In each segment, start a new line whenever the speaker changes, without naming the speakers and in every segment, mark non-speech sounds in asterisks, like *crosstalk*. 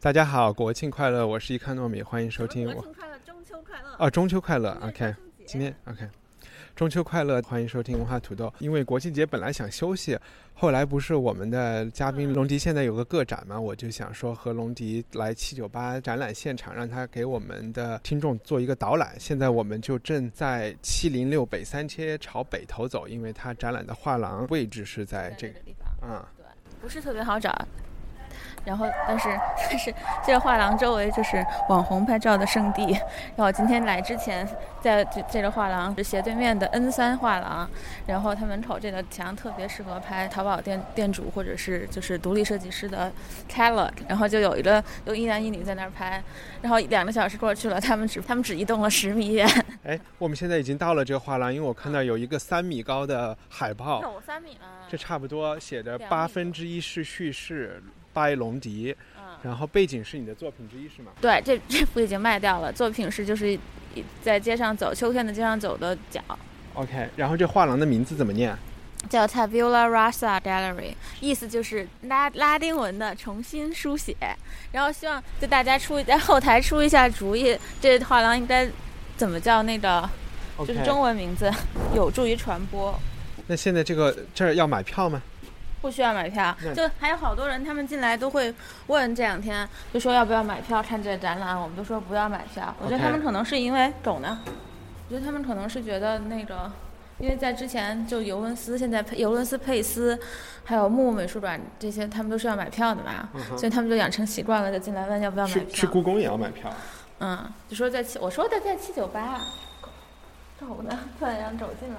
大家好，国庆快乐！我是一看糯米，欢迎收听我。
快乐，中秋啊快乐！
哦，中秋快乐
今天
！OK，今
是中秋节
天 OK，中秋快乐！欢迎收听文化土豆。因为国庆节本来想休息，后来不是我们的嘉
嗯
宾龙迪现在有个个展嘛，我就想说和龙迪来七九八展览现场，让他给我们的听众做一个导览。现在我们就正在七零六北三街朝北头走，因为他展览的画廊位置是在这个
地方
啊、
不是特别好找，然后但是但是这个画廊周围就是网红拍照的圣地。然后我今天来之前，在这这个画廊斜对面的 N 三画廊，然后它门口这个墙特别适合拍淘宝店店主或者是就是独立设计师的 catalog，然后就有一个有一男一女在那儿拍，然后两个小时过去了，他们只他们只移动了十米远，
哎，我们现在已经到了这个画廊，因为我看到有一个三米高的海
*laughs*
报。
有三米吗
这差不多写的
嗯两
八
米
分之一是叙事，拜龙迪，
嗯
然后背景是你的作品之一是吗？
对，这这幅已经卖掉了。作品是就是一在街上走，秋天的街上走的脚，
OK，然后这画廊的名字怎么念？
叫 Tabula Rasa Gallery，意思就是拉拉丁文的重新书写。然后希望就大家出在后台出一下主意，这画廊应该怎么叫那个就是中文名字，有助于传播。
那现在这个这儿要买票吗？
不需要买票
那，
就还有好多人，他们进来都会问这两天，就说要不要买票看这个展览，我们就说不要买票。我觉得
OK
他们可能是因为狗呢，我觉得他们可能是觉得那个，因为在之前就尤文斯，现在佩尤文斯佩斯，还有木木美术馆这些，他们都是要买票的嘛，所以他们就养成习惯了，就进来问要不要买
嗯去去
票。
故宫也要买票。
嗯，就说在七，我说的在七九八，狗呢，突然让狗进来，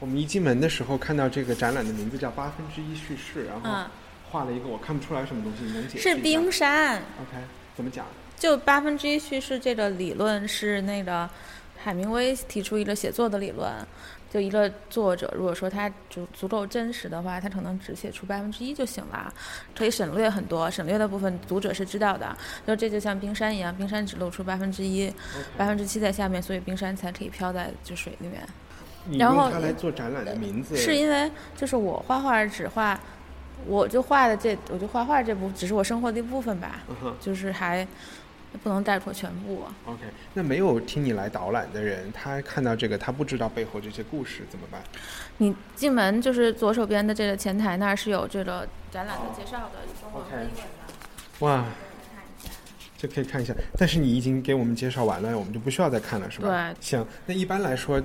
我们一进门的时候看到这个展览的名字叫八分之一叙事，然后
嗯
画了一个我看不出来什么东西，你能解释
是
一下
冰山。
OK，怎么讲？
就八分之一叙事这个理论是那个海明威提出一个写作的理论，就一个作者如果说他足足够真实的话，他可能只写出八分之一就行了，可以省略很多，省略的部分读者是知道的。就这就像冰山一样，冰山只露出八分之一，
嗯
八分之七在下面，所以冰山才可以飘在就水里面。
你
然
用
后
它来做展览的名字
是因为就是我画画只画，我就画的这，我就画画这部只是我生活的一部分吧，
嗯哼
就是还不能概括全部。
OK，那没有听你来导览的人，他看到这个他不知道背后这些故事怎么办？
你进门就是左手边的这个前台那儿是有这个展览的介绍的中文和英文的。
哇，这可以看一下。但是你已经给我们介绍完了，我们就不需要再看了，是吧？
对
行，那一般来说，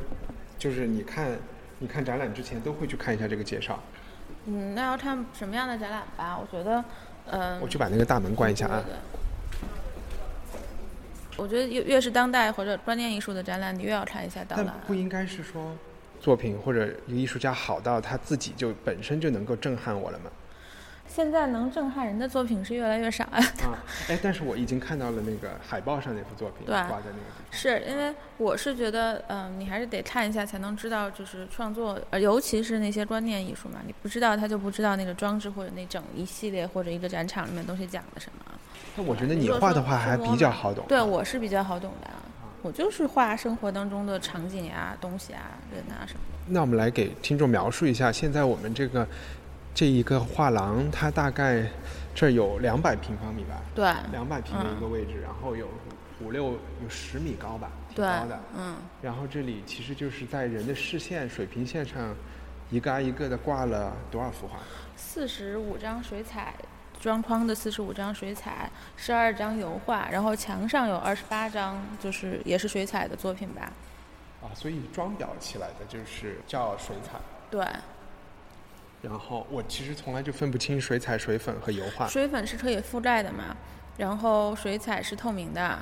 就是你看，你看展览之前都会去看一下这个介绍。
嗯，那要看什么样的展览吧。我觉得，嗯、
我去把那个大门关一下啊。
我觉得越越是当代或者观念艺术的展览，你越要看一下导
但
览。
不应该是说，作品或者一个艺术家好到他自己就本身就能够震撼我了吗？
现在能震撼人的作品是越来越少呀、
啊，哎，但是我已经看到了那个海报上那幅作品
对
挂在那个地方。
*laughs* 是因为我是觉得，嗯、你还是得看一下才能知道，就是创作，呃，尤其是那些观念艺术嘛，你不知道他就不知道那个装置或者那整一系列或者一个展场里面东西讲了什么。啊
那我觉得你画的话还比较好懂。啊
对，我是比较好懂的啊，我就是画生活当中的场景呀、东西啊、人啊什么的。
那我们来给听众描述一下，现在我们这个这一个画廊，它大概这儿有两百平方米吧，
对，
两百平的一个位置，然后有五六有十米高吧，挺
对
高的。，
嗯，
然后这里其实就是在人的视线水平线上，一个挨一个的挂了多少幅画？
四十五张水彩。装框的四十五张水彩，十二张油画，然后墙上有二十八张，就是也是水彩的作品吧。
啊，所以装裱起来的就是叫水彩。
对，
然后我其实从来就分不清水彩、水粉和油画。
水粉是可以覆盖的嘛，然后水彩是透明的，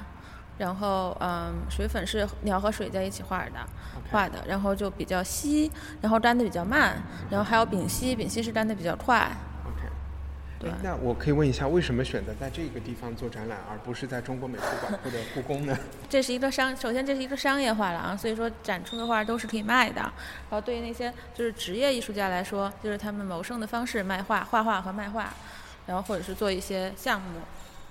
然后嗯，水粉是你要和水在一起画的画的，然后就比较稀，然后干的比较慢，然后还有丙烯，丙烯是干的比较快，
OK，哎
对，
那我可以问一下，为什么选择在这个地方做展览，而不是在中国美术馆或者故宫 *laughs* 呢？
这是一个商，首先这是一个商业画廊，所以说展出的画都是可以卖的。然后对于那些就是职业艺术家来说，就是他们谋生的方式，卖画、画画和卖画，然后或者是做一些项目。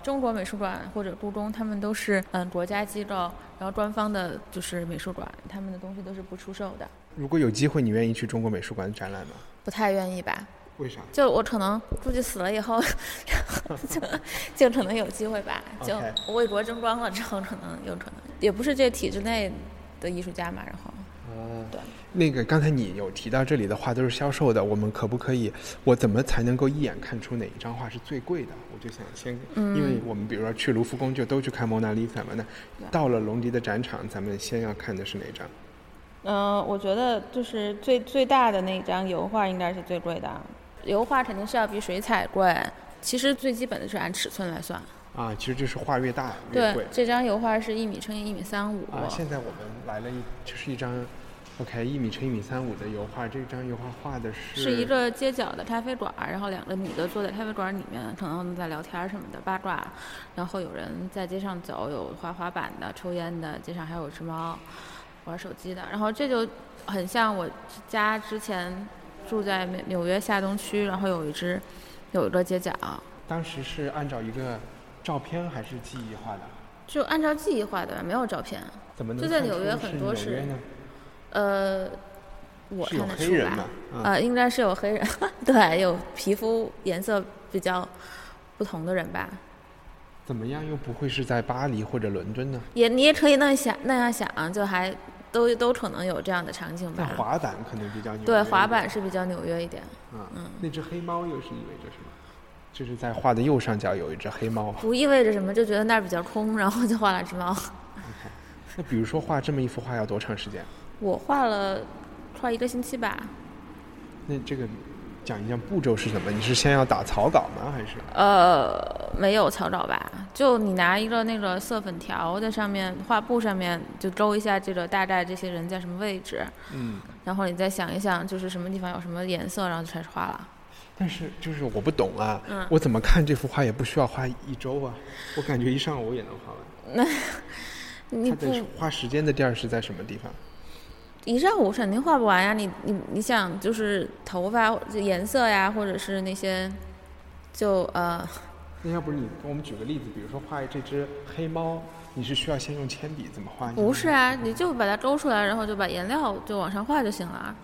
中国美术馆或者故宫，他们都是嗯国家机构，然后官方的就是美术馆，他们的东西都是不出售的。
如果有机会，你愿意去中国美术馆展览吗？
不太愿意吧？
为啥？
就我可能估计死了以后， *laughs* 就 *laughs* 就可能有机会吧。就
OK
我为国争光了之后，可能有可能也不是这体制内的艺术家嘛。然后
哦
对，
那个刚才你有提到这里的画都是销售的，我们可不可以？我怎么才能够一眼看出哪一张画是最贵的？我就想先，因为我们比如说去卢浮宫就都去看蒙娜丽莎嘛，那到了隆迪的展场，咱们先要看的是哪张？
嗯、我觉得就是最最大的那张油画应该是最贵的，油画肯定是要比水彩贵。其实最基本的是按尺寸来算。
啊，其实就是画越大越贵
对，。这张油画是一米乘以一米三五。
啊，现在我们来了一，就是一张，OK，一米乘一米三五的油画。这张油画画的是
是一个街角的咖啡馆儿，然后两个女的坐在咖啡馆儿里面，可能在聊天儿什么的八卦，然后有人在街上走，有滑滑板的、抽烟的，街上还有只猫，玩手机的，然后这就很像我家之前住在美纽约下东区，然后有一只有一个街角，
当时是按照一个照片还是记忆画的？
就按照记忆画的，没有照片，
怎么能
就在
看
纽
出
约很多
是纽
是
约呢？
呃，我
是有
看得
黑
出
人
来
的，嗯
呃，应该是有黑人， *laughs* 对，有皮肤颜色比较不同的人吧。
怎么样又不会是在巴黎或者伦敦呢？
也你也可以那样想，那样想，就还都都可能有这样的场景
在
吧。
滑板可能比较纽约一
对，
点
滑板嗯是比较纽约一点，
啊，那只黑猫又是意味着什么？就是在画的右上角有一只黑猫。
不意味着什么，就觉得那儿比较空，然后就画了只猫。
那比如说画这么一幅画要多长时间？
我画了快一个星期吧，
那这个讲一讲步骤是什么？你是先要打草稿吗？还是？
呃，没有草稿吧？就你拿一个那个色粉条在上面画布上面就勾一下这个大概这些人在什么位置，
嗯。
然后你再想一想就是什么地方有什么颜色，然后就开始画了。
但是就是我不懂啊，我怎么看这幅画也不需要花一周啊，我感觉一上午也能画完。
你
它
不
的花时间的地儿是在什么地方？
一上午肯定画不完呀，你你你想就是头发就颜色呀，或者是那些，就呃，
那要不你给我们举个例子，比如说画这只黑猫，你是需要先用铅笔怎么画？
不是啊，你就把它勾出来，然后就把颜料就往上画就行了啊。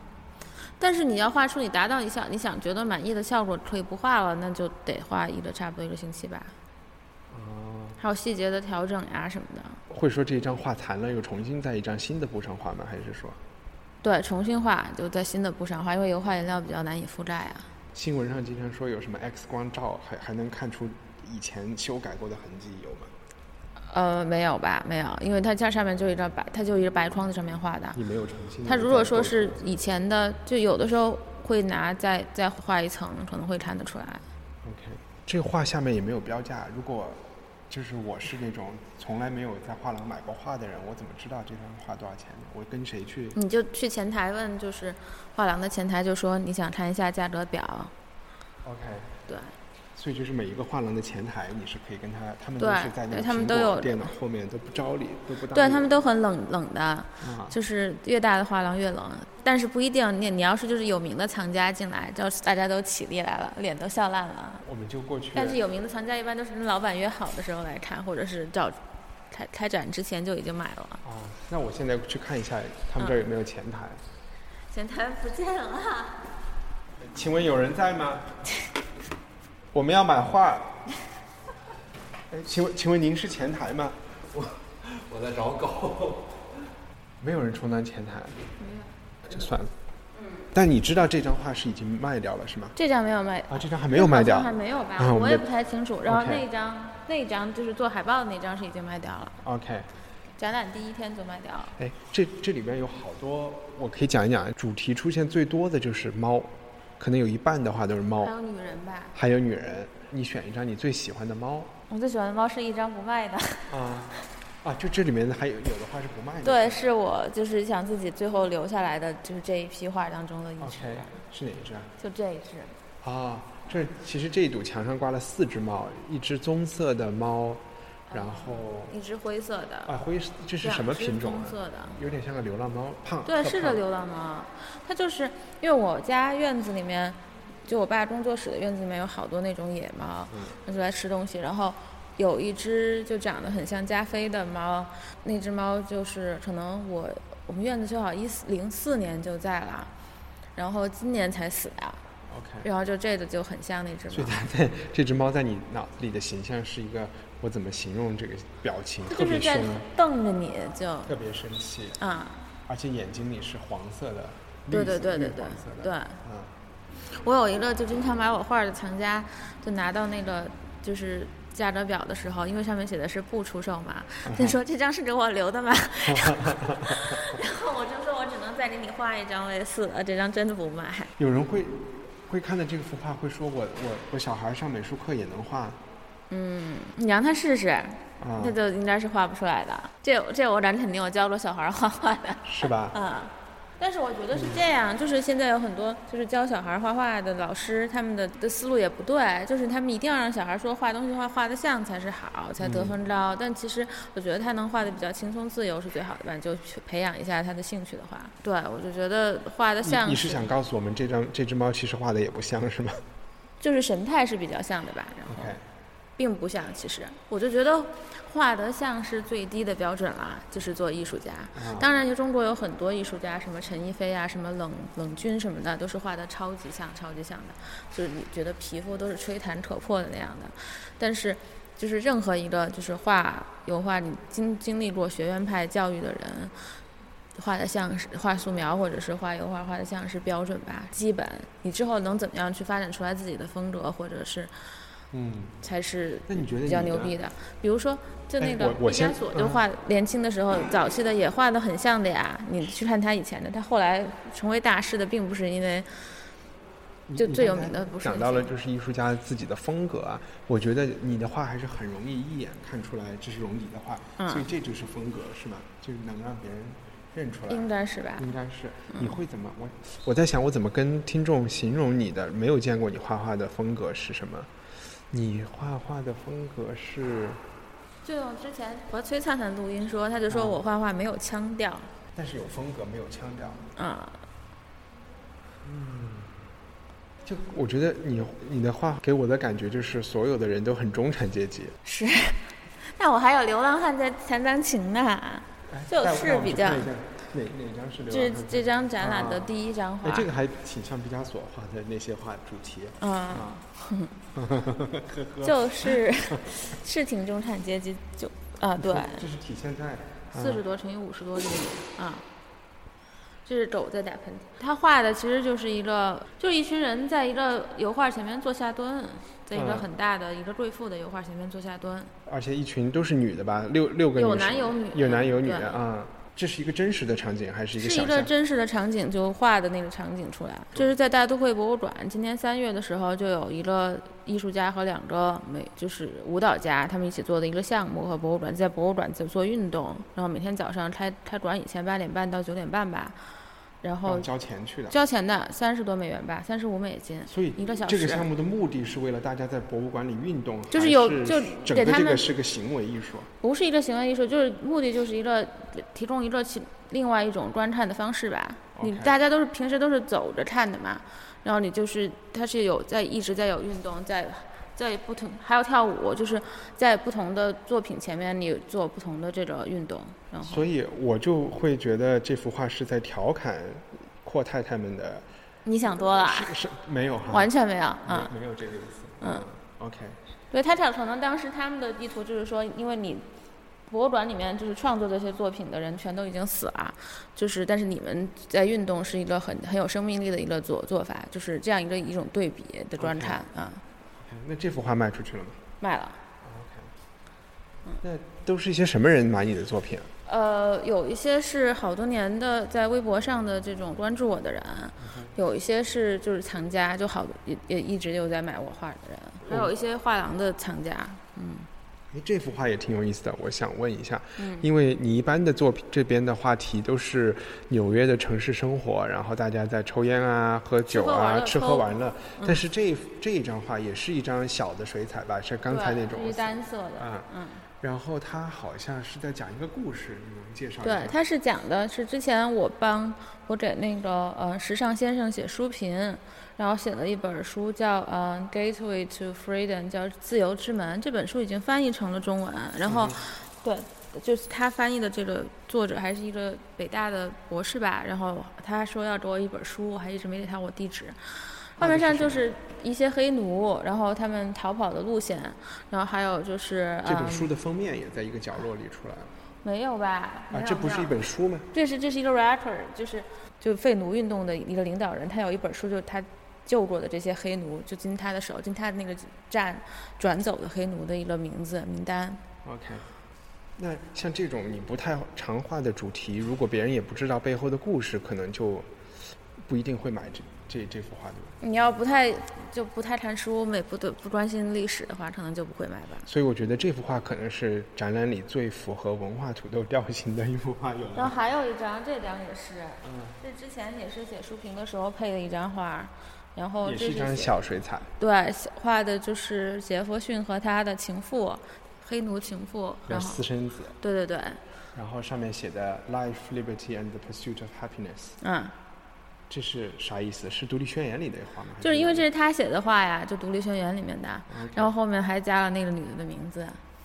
但是你要画出你达到你想你想觉得满意的效果，可以不画了，那就得画一个差不多一个星期吧。还有细节的调整呀什么的，
会说这一张画残了，又重新在一张新的布上画吗？还是说
对，重新画就在新的布上画，因为油画颜料比较难以覆盖啊。
新闻上经常说有什么 X 光照还还能看出以前修改过的痕迹有吗？
呃，没有吧，没有，因为它这上面就一张白，它就一个白框子上面画的。
你没有重新。
它如果说是以前的，就有的时候会拿再再画一层，可能会看得出来。
OK，这个画下面也没有标价。如果就是我是那种从来没有在画廊买过画的人，我怎么知道这张画多少钱呢？我跟谁去？
你就去前台问，就是画廊的前台就说你想看一下价格表，
OK，
对
所以就是每一个画廊的前台，你是可以跟他，他们都
对
是在那
对
个
他们
苹
都
果
有
电脑后面都不招理，都不搭理。
对，他们都很冷冷的，
啊，
就是越大的画廊越冷。但是不一定，你你要是就是有名的藏家进来，就大家都起立来了，脸都笑烂了。
我们就过去。
但是有名的藏家一般都是跟老板约好的时候来看，或者是找开开展之前就已经买了。
啊，那我现在去看一下他们这儿有没有前台。
前台不见了。
请问有人在吗？ *laughs* 我们要买画。哎，请问，请问您是前台吗？
我在找狗。
没有人充当前台，就算了。
嗯
但你知道这张画是已经卖掉了是吗？
这张没有卖，
啊，这张还没有卖掉，
好像还没有吧？
啊，
我
们
也
的
不太清楚。然后
OK
那一张那一张就是做海报的那张是已经卖掉了，
OK。
展览第一天就卖掉了。
哎，这这里边有好多，我可以讲一讲。主题出现最多的就是猫，可能有一半的话都是猫
还，有女人吧，
还有女人。你选一张你最喜欢的猫
我最喜欢的猫是一张不卖的。 *laughs*
啊啊！就这里面还有有的画是不卖的。
对，是我就是想自己最后留下来的，就是这一批画当中的一只，
OK，是哪一张？
就这一只。
啊，这其实这一堵墙上挂了四只猫，一只棕色的猫，然后
一只灰色的，
啊灰，这是
两
什么
只
品种
棕
啊？
色的，
有点像个流浪猫，胖。
对，
特
是
胖
个流浪猫，啊它就是因为我家院子里面，就我爸工作室的院子里面有好多那种野猫，
嗯
它就来吃东西。然后有一只就长得很像加菲的猫，那只猫就是可能我我们院子修好一四零四年就在了，然后今年才死的。
OK，
然后就这个就很像那只
所以
猫，
它在这只猫在你脑子里的形象是一个，我怎么形容这个表情？
它
特
就是
别
在
凶，啊
瞪着你就
特别生气，
啊，
而且眼睛里是黄色的，
对
绿
对
色
对对
绿
对
黄色的
对。
嗯。
我有一个就经常买我画的藏家，就拿到那个就是价格表的时候，因为上面写的是不出售嘛，他说这张是给我留的嘛，然后我就说我只能再给你画一张 V 四呃了，这张真的不卖。
有人会会看到这幅画，会说我我我小孩上美术课也能画，
你让他试试，
啊
他，就应该是画不出来的。这这我敢肯定，我教过小孩画画的。
是吧？
啊，但是我觉得是这样，就是现在有很多就是教小孩画画的老师，他们的的思路也不对，就是他们一定要让小孩说画东西画画的像才是好，才得
嗯
分高。但其实我觉得他能画的比较轻松自由是最好的吧，你就去培养一下他的兴趣的话，对我就觉得画的
你
像
你是想告诉我们这张这只猫其实画的也不像是吗
就是神态是比较像的吧，然后
？OK，
并不像，其实我就觉得画得像是最低的标准啦，就是做艺术家。当然，就中国有很多艺术家，什么陈逸飞啊，什么冷冷军什么的，都是画得超级像、超级像的，就是你觉得皮肤都是吹弹可破的那样的。但是，就是任何一个就是画油画，你经经历过学院派教育的人。画的像是画素描，或者是画油画，画的像是标准吧，基本。你之后能怎么样去发展出来自己的风格，或者是
嗯，
才是
那你觉得
比较
你
牛
的
逼的。比如说，就
哎
那个
我我
毕加
先
索
嗯
就画年轻的时候，早期的也画的很像的呀。你去看他以前的，他后来成为大师的，并不是因为
你
就
你
最
刚
有名
才
的不是
讲
很
到了
像
就是艺术家自己的风格啊，我觉得你的画还是很容易一眼看出来这是龙迪的画，
嗯
所以这就是风格是吗？就是能让别人认出来。
应该嗯是吧？
应该是你会怎么？我我在想，我怎么跟听众形容你的没有见过你画画的风格是什么？你画画的风格是，
就用之前和崔灿灿录音说，他就
啊
说我画画没有腔调
但是有风格，没有腔调。
啊。
就我觉得你你的画给我的感觉就是所有的人都很中产阶级，
是，那我还有流浪汉在弹钢琴呢，就
带我带
是
我
比
去
较
看。一下哪哪张是流
这
浪汉
这张展览的
啊
第一张画
哎，，这个还挺像毕加索画的那些画主题。
嗯，
*laughs*
就是是挺中产阶级，就啊对，
这是体现在
四
啊
十多乘以五十多厘米啊。这是狗在打喷嚏，他画的其实就是一个，就是一群人在一个油画前面做下蹲，在一个
嗯
很大的一个贵妇的油画前面做下蹲，
而且一群都是女的吧，六六个
有
女生
男有女
有男有女
对
的啊。这是一个真实的场景，还是一个
是一
想
个
象？
真实的场景，就画的那个场景出来。就是在大都会博物馆，今年三月的时候，就有一个艺术家和两个美，就是舞蹈家，他们一起做的一个项目和博物馆，在博物馆就做运动，然后每天早上开开馆以前八点半到九点半吧，然
然
后
后啊交钱去的。
交钱的三十多美元吧，三十五美金，
所以
一个小
这
时
个。项目的目的是为了大家在博物馆里运动，
就是
还
有
是
就
整
给
个
他
这个
们
是个行为艺术。啊
不是一个行为艺术，就是目的就是一个提供一个其另外一种观看的方式吧。你
OK
大家都是平时都是走着看的嘛，然后你就是它是有在一直在有运动，在在不同还有跳舞，就是在不同的作品前面你做不同的这个运动，然后
所以我就会觉得这幅画是在调侃阔太太们的，
你想多了啊，
是是没有哈，
完全没有啊。
没有没有这个意思。嗯，OK，
对，他可能当时他们的意图就是说，因为你博物馆里面就是创作这些作品的人全都已经死了，就是但是你们在运动是一个很很有生命力的一个做做法，就是这样一个一种对比的观察啊、
那这幅画卖出去了吗？
卖了。
那都是一些什么人买你的作品啊？
呃，有一些是好多年的在微博上的这种关注我的人，啊
嗯
有一些是就是藏家，
嗯
就好也也一直有在买我画的人，还有一些画廊的藏家，
哎，这幅画也挺有意思的，我想问一下，
嗯
因为你一般的作品这边的话题都是纽约的城市生活，然后大家在抽烟啊、喝酒啊、吃
吃
喝
喝
玩
玩嗯
乐，但是这一幅这一张画也是一张小的水彩吧，是刚才那种
对是啊单色的，
啊，
嗯，
然后它好像是在讲一个故事，你能介绍一下
对，
吗？
它是讲的是之前我帮我给那个呃时尚先生写书评，然后写了一本书叫呃《Gateway to Freedom》，叫《自由之门》。这本书已经翻译成了中文，然
嗯
后、对，就是他翻译的这个作者还是一个北大的博士吧，然后他说要给我一本书，我还一直没给他我地址。
啊
画面上就是一些黑奴，然后他们逃跑的路线，然后还有就是
这本
嗯
书的封面也在一个角落里出来了
没有吧？没
啊，
有
这不是
没
一
有
本书吗？
这是这是一个 rapper，就是就废奴运动的一个领导人，他有一本书，就是他救过的这些黑奴，就经他的手，经他的那个站转走的黑奴的一个名字名单。
OK，那像这种你不太常画的主题，如果别人也不知道背后的故事，可能就不一定会买这这这幅画，对吧？
你要不太就不太看书，也不对不关心历史的话，可能就不会买吧。
所以我觉得这幅画可能是展览里最符合文化土豆调性的一幅画，有
然
吗？
后还有一张，这张也是，
嗯
这之前也是写书评的时候配的一张画，然后
也
这
是一张
写
小水彩，
对画的就是杰弗逊和他的情妇，黑奴情妇，
叫
然后
私生子，
对对对，
然后上面写的 “Life, Liberty, and the Pursuit of Happiness”，
嗯。
这是啥意思？是《独立宣言》里的画吗？还
就是因为这是他写的话呀，就《独立宣言》里面的，然后后面还加了那个女的的名字，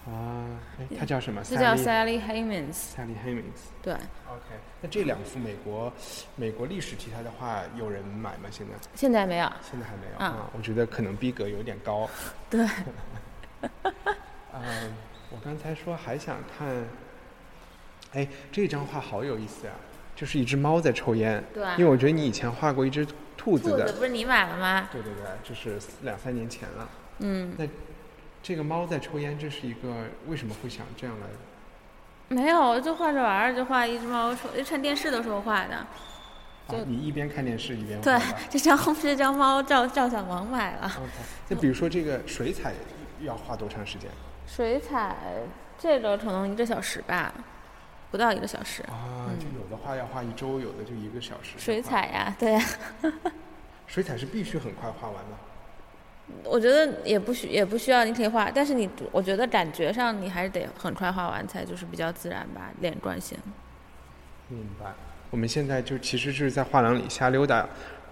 啊，哎她叫什么？
就嗯叫
Sally-
Sally Hemings。
Sally Hemings。
对，
OK，那这两幅美国美国历史题材的画，有人买吗？现在
现在没有。
现在还没有
嗯
啊、我觉得可能逼格有点高。
对，
*laughs* 嗯、我刚才说还想看，哎，这张画好有意思啊，就是一只猫在抽烟。
对
因为我觉得你以前画过一只兔子
兔
的。
子不是你买了吗？
对对对，这是两三年前了。嗯。那这个猫在抽烟，这是一个为什么会想这样来？
没有，就画着玩儿，就画一只猫抽，就看电视的时候画的。
啊，你一边看电视一边画
对
的。，
这张这张猫照照相王买了。
OK，那比如说这个水彩要花多长时间？
水彩这个可能一个小时吧，不到一个小时。
啊，就有的画要画一周，有的就一个小时。
嗯水彩，呀，对呀，
水彩是必须很快画完的。
我觉得也不需也不需要，你可以画，但是你我觉得感觉上你还是得很快画完才就是比较自然吧，连贯性。
明白。我们现在就其实是在画廊里瞎溜达，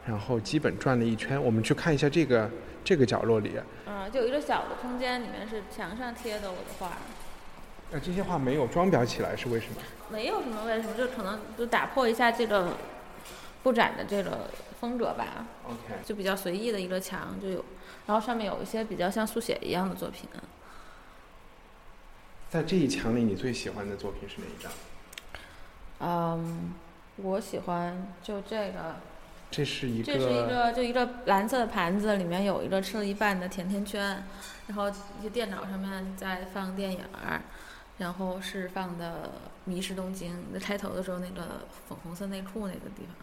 然后基本转了一圈。我们去看一下这个这个角落里，
嗯，就有一个小的空间，里面是墙上贴的我的画儿，
呃，这些画没有装裱起来是为什么？
没有什么为什么，就可能就打破一下这个布展的这个风格吧，
OK，
就比较随意的一个墙就有，然后上面有一些比较像速写一样的作品。
在这一墙里，你最喜欢的作品是哪一张？
嗯，我喜欢就这个，
这是一个，
这是一个就一个蓝色的盘子，里面有一个吃了一半的甜甜圈，然后一个电脑上面在放电影儿，然后是放的《迷失东京》那开头的时候那个粉红色内裤那个地方。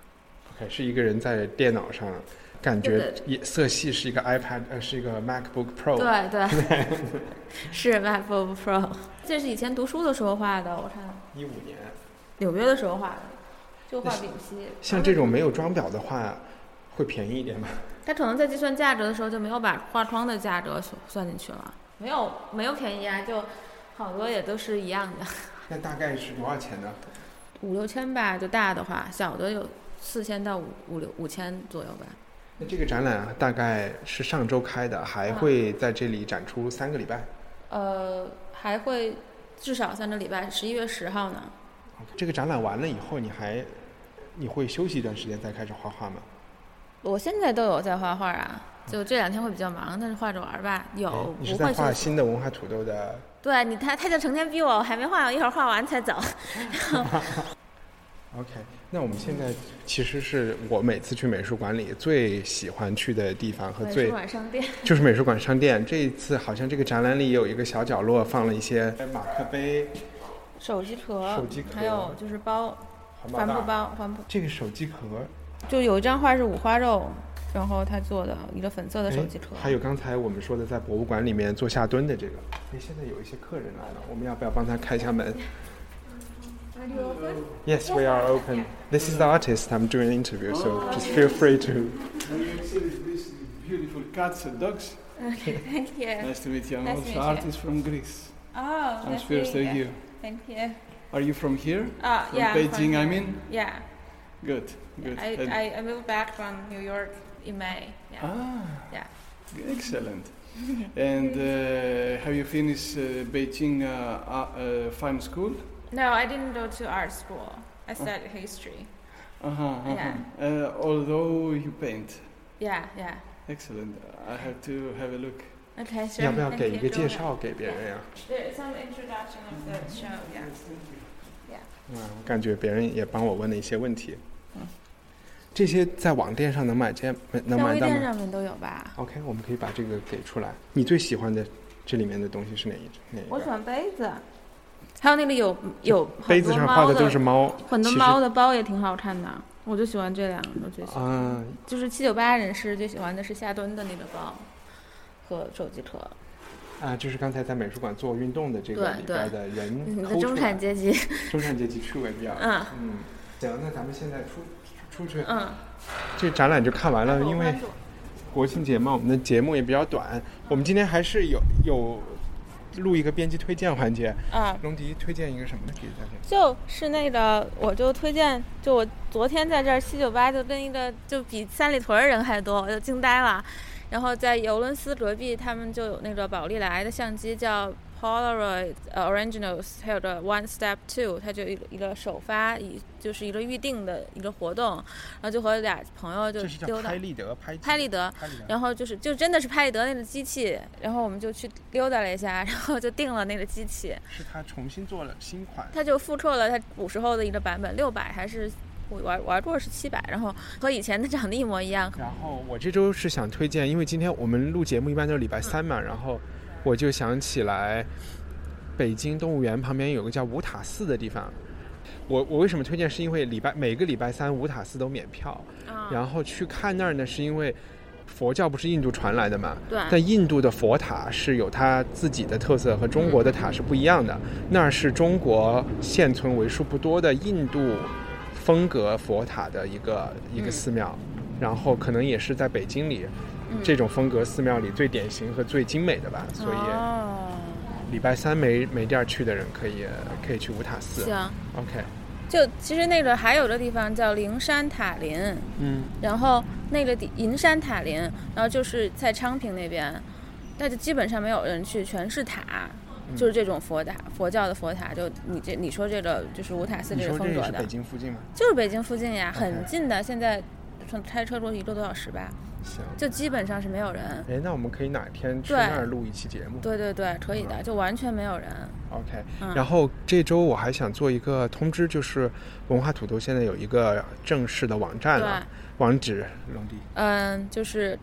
OK，是一个人在电脑上，感觉
对对
也色系是一个 iPad，呃，是一个 MacBook Pro。
对对，是 MacBook Pro，这是以前读书的时候画的，我看
一五年，
纽约的时候画的，就画丙烯。
像这种没有装裱的话，会便宜一点吗？
他可能在计算价格的时候就没有把画框的价格算进去了，没有没有便宜啊，就好多也都是一样的，
那大概是多少钱呢？
五六千吧，就大的话，小的有四千到五五六五千左右吧。
那这个展览啊，大概是上周开的，
嗯
还会在这里展出三个礼拜。
呃，还会至少三个礼拜，十一月十号呢。
这个展览完了以后，你还你会休息一段时间再开始画画吗？
我现在都有在画画啊，就这两天会比较忙，但是画着玩儿吧，有
哎你是
呃不
在
会
画
休
新的文化土豆的
对你他他就成天逼我，我还没画，我一会儿画完才
*laughs*
走。 *laughs*
OK，那我们现在其实是我每次去美术馆里最喜欢去的地方和
美
最
术馆商店，
就是美术馆商店。这一次好像这个展览里有一个小角落放了一些马克杯、
手机壳，
手机壳
还有就是包，
环
帆
袋
布
儿
包，帆布。
这个手机壳
就有一张画是五花肉，然后他做的一个粉色的手机壳。
哎还有刚才我们说的在博物馆里面做下蹲的这个，哎，现在有一些客人来了，我们要不要帮他开一下门？Yes, we are open. This is the artist I'm doing an interview, so just feel free to.
Oh,
These beautiful cats and dogs.
*laughs* Thank you.
Nice to meet you. I'm
Nice to meet you.
also artist from Greece.
Oh,
I'm supposed to you.
Thank you.
Are you from here?
Ah,
from
yeah, I'm from
Beijing, I
here.
mean.
Yeah,
Good, good.
I,
And-
I, I moved back from New York in May. Yeah.
ah,
Yeah. *laughs*
excellent. and uh, have you finished uh, Beijing uh, uh, uh, Fine School?
No, I didn't go to art school.
Ah.
I studied history.
Uh-huh, uh-huh.
Yeah.
Uh, although you paint,
Yeah, yeah.
excellent. I have to have a look.
Okay,
*laughs*
sure.
要不要
Thank
给一
you.
个
Go
介
ahead.
绍给别人呀、
There's some introduction of the show. Yeah.
嗯，我感觉别人也帮我问了一些问题。
嗯
这些在网店上能买见能
在
买
微
到
店
吗
上面都有吧？
？OK，我们可以把这个给出来。你最喜欢的这里面的东西是哪一哪一
我喜
个？
欢杯子，还有那里有有很多
杯子上画
猫
的
的
都是猫，
很多
其实
猫的包也挺好看的，我就喜欢这两个，我最喜欢。
啊，
就是七九八人士最喜欢的是夏敦的那个包和手机壳。
啊，就是刚才在美术馆做运动的这个
对
里
对
边的人
嗯，
抠出来，
中产阶级，
中产阶级趣味比较，
嗯
嗯，行，那咱们现在出出去，
嗯，
这展览就看完了，因为国庆节嘛，我们的节目也比较短，我们今天还是有有录一个编辑推荐环节，
啊，
龙迪推荐一个什么呢？给大家，
就是那个，我就推荐，就我昨天在这儿七九八，就跟一个就比三里屯儿人还多，我就惊呆了。然后在尤伦斯隔壁，他们就有那个宝丽来的相机，叫 Polaroid 呃 Originals，还有个 One Step Two，它就一个一个首发，一就是一个预定的一个活动，然后就和俩朋友就
这是叫
溜达
拍。立得拍
拍立得，
拍立得，
然后就是就真的是拍立得那个机器，然后我们就去溜达了一下，然后就定了那个机器，
是他重新做了新款，
它就复刻了它古时候的一个版本，六百还是我玩玩过是七百，然后和以前的长得一模一样。
然后我这周是想推荐，因为今天我们录节目一般都是礼拜三嘛，然后我就想起来，北京动物园旁边有个叫五塔寺的地方。我我为什么推荐？是因为礼拜每个礼拜三五塔寺都免票，然后去看那儿呢，是因为佛教不是印度传来的嘛？
对
但印度的佛塔是有它自己的特色，和中国的塔是不一样的。那儿是中国现存为数不多的印度风格佛塔的一个一个寺庙，然后可能也是在北京里、这种风格寺庙里最典型和最精美的吧。所以
哦，
礼拜三没没地儿去的人可以可以去五塔寺。
行，
OK，
就其实那个还有个地方叫灵山塔林，
嗯，
然后那个地银山塔林，然后就是在昌平那边，那就基本上没有人去，全是塔。
嗯
就是这种佛塔，佛教的佛塔，就你这你说这个就是五塔寺
你
这个
说这
风格
哦也是
的
北，京附近吗？
就是北京附近呀，很
OK
近的。现在从开车过去一个多小时吧，
行。
就基本上是没有人。
哎，那我们可以哪天去
对
那儿录一期节目
对对对，可以的，就完全没有人。
？OK、
嗯
然后这周我还想做一个通知，就是文化土豆现在有一个正式的网站了，网址龙迪。
嗯，就是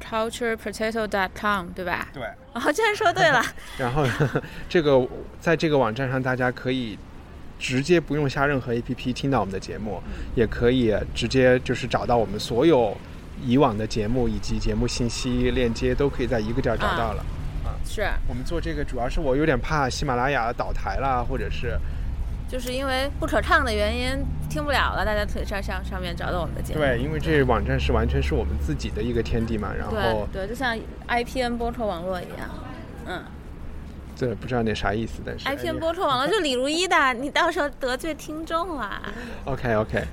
culturepotato.com 对吧？
对。
哦，居然说
*laughs*
对了。
然后这个在这个网站上，大家可以直接不用下任何 APP 听到我们的节目，也可以直接就是找到我们所有以往的节目以及节目信息链接，都可以在一个地儿找到了。
是，
我们做这个主要是我有点怕喜马拉雅倒台啦，或者是。
就是因为不可抗的原因听不了了，大家可以上上上面找到我们的节目。
对，因为这网站是完全是我们自己的一个天地嘛，然后
对对，就像 IPN 播客网络一样。嗯
对哎不知道那啥意思，但是
，IPN 播客网络就李如一的，你到时候得罪听众啦。
OK OK，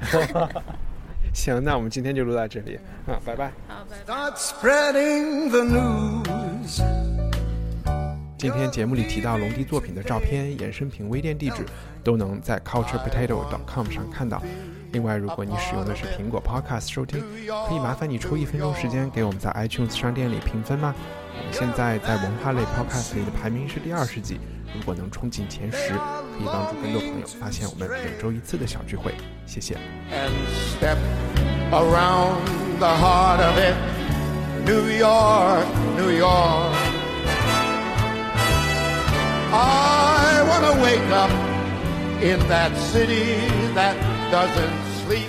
行，那我们今天就录到这里啊，拜拜。
好，拜拜。
Start spreading the news.
今天节目里提到龙迪作品的照片、衍生品微店地址都能在 culturepotato.com 上看到。另外，如果你使用的是苹果 Podcast 收听，可以麻烦你抽一分钟时间给我们在 iTunes 商店里评分吗？我们现在在文化类 Podcast 里的排名是第二十几，如果能冲进前十，可以帮助更多朋友发现我们每周一次的小聚会。谢谢。
and step around the heart of it. New York, New York. I want to wake up in that city that doesn't sleep.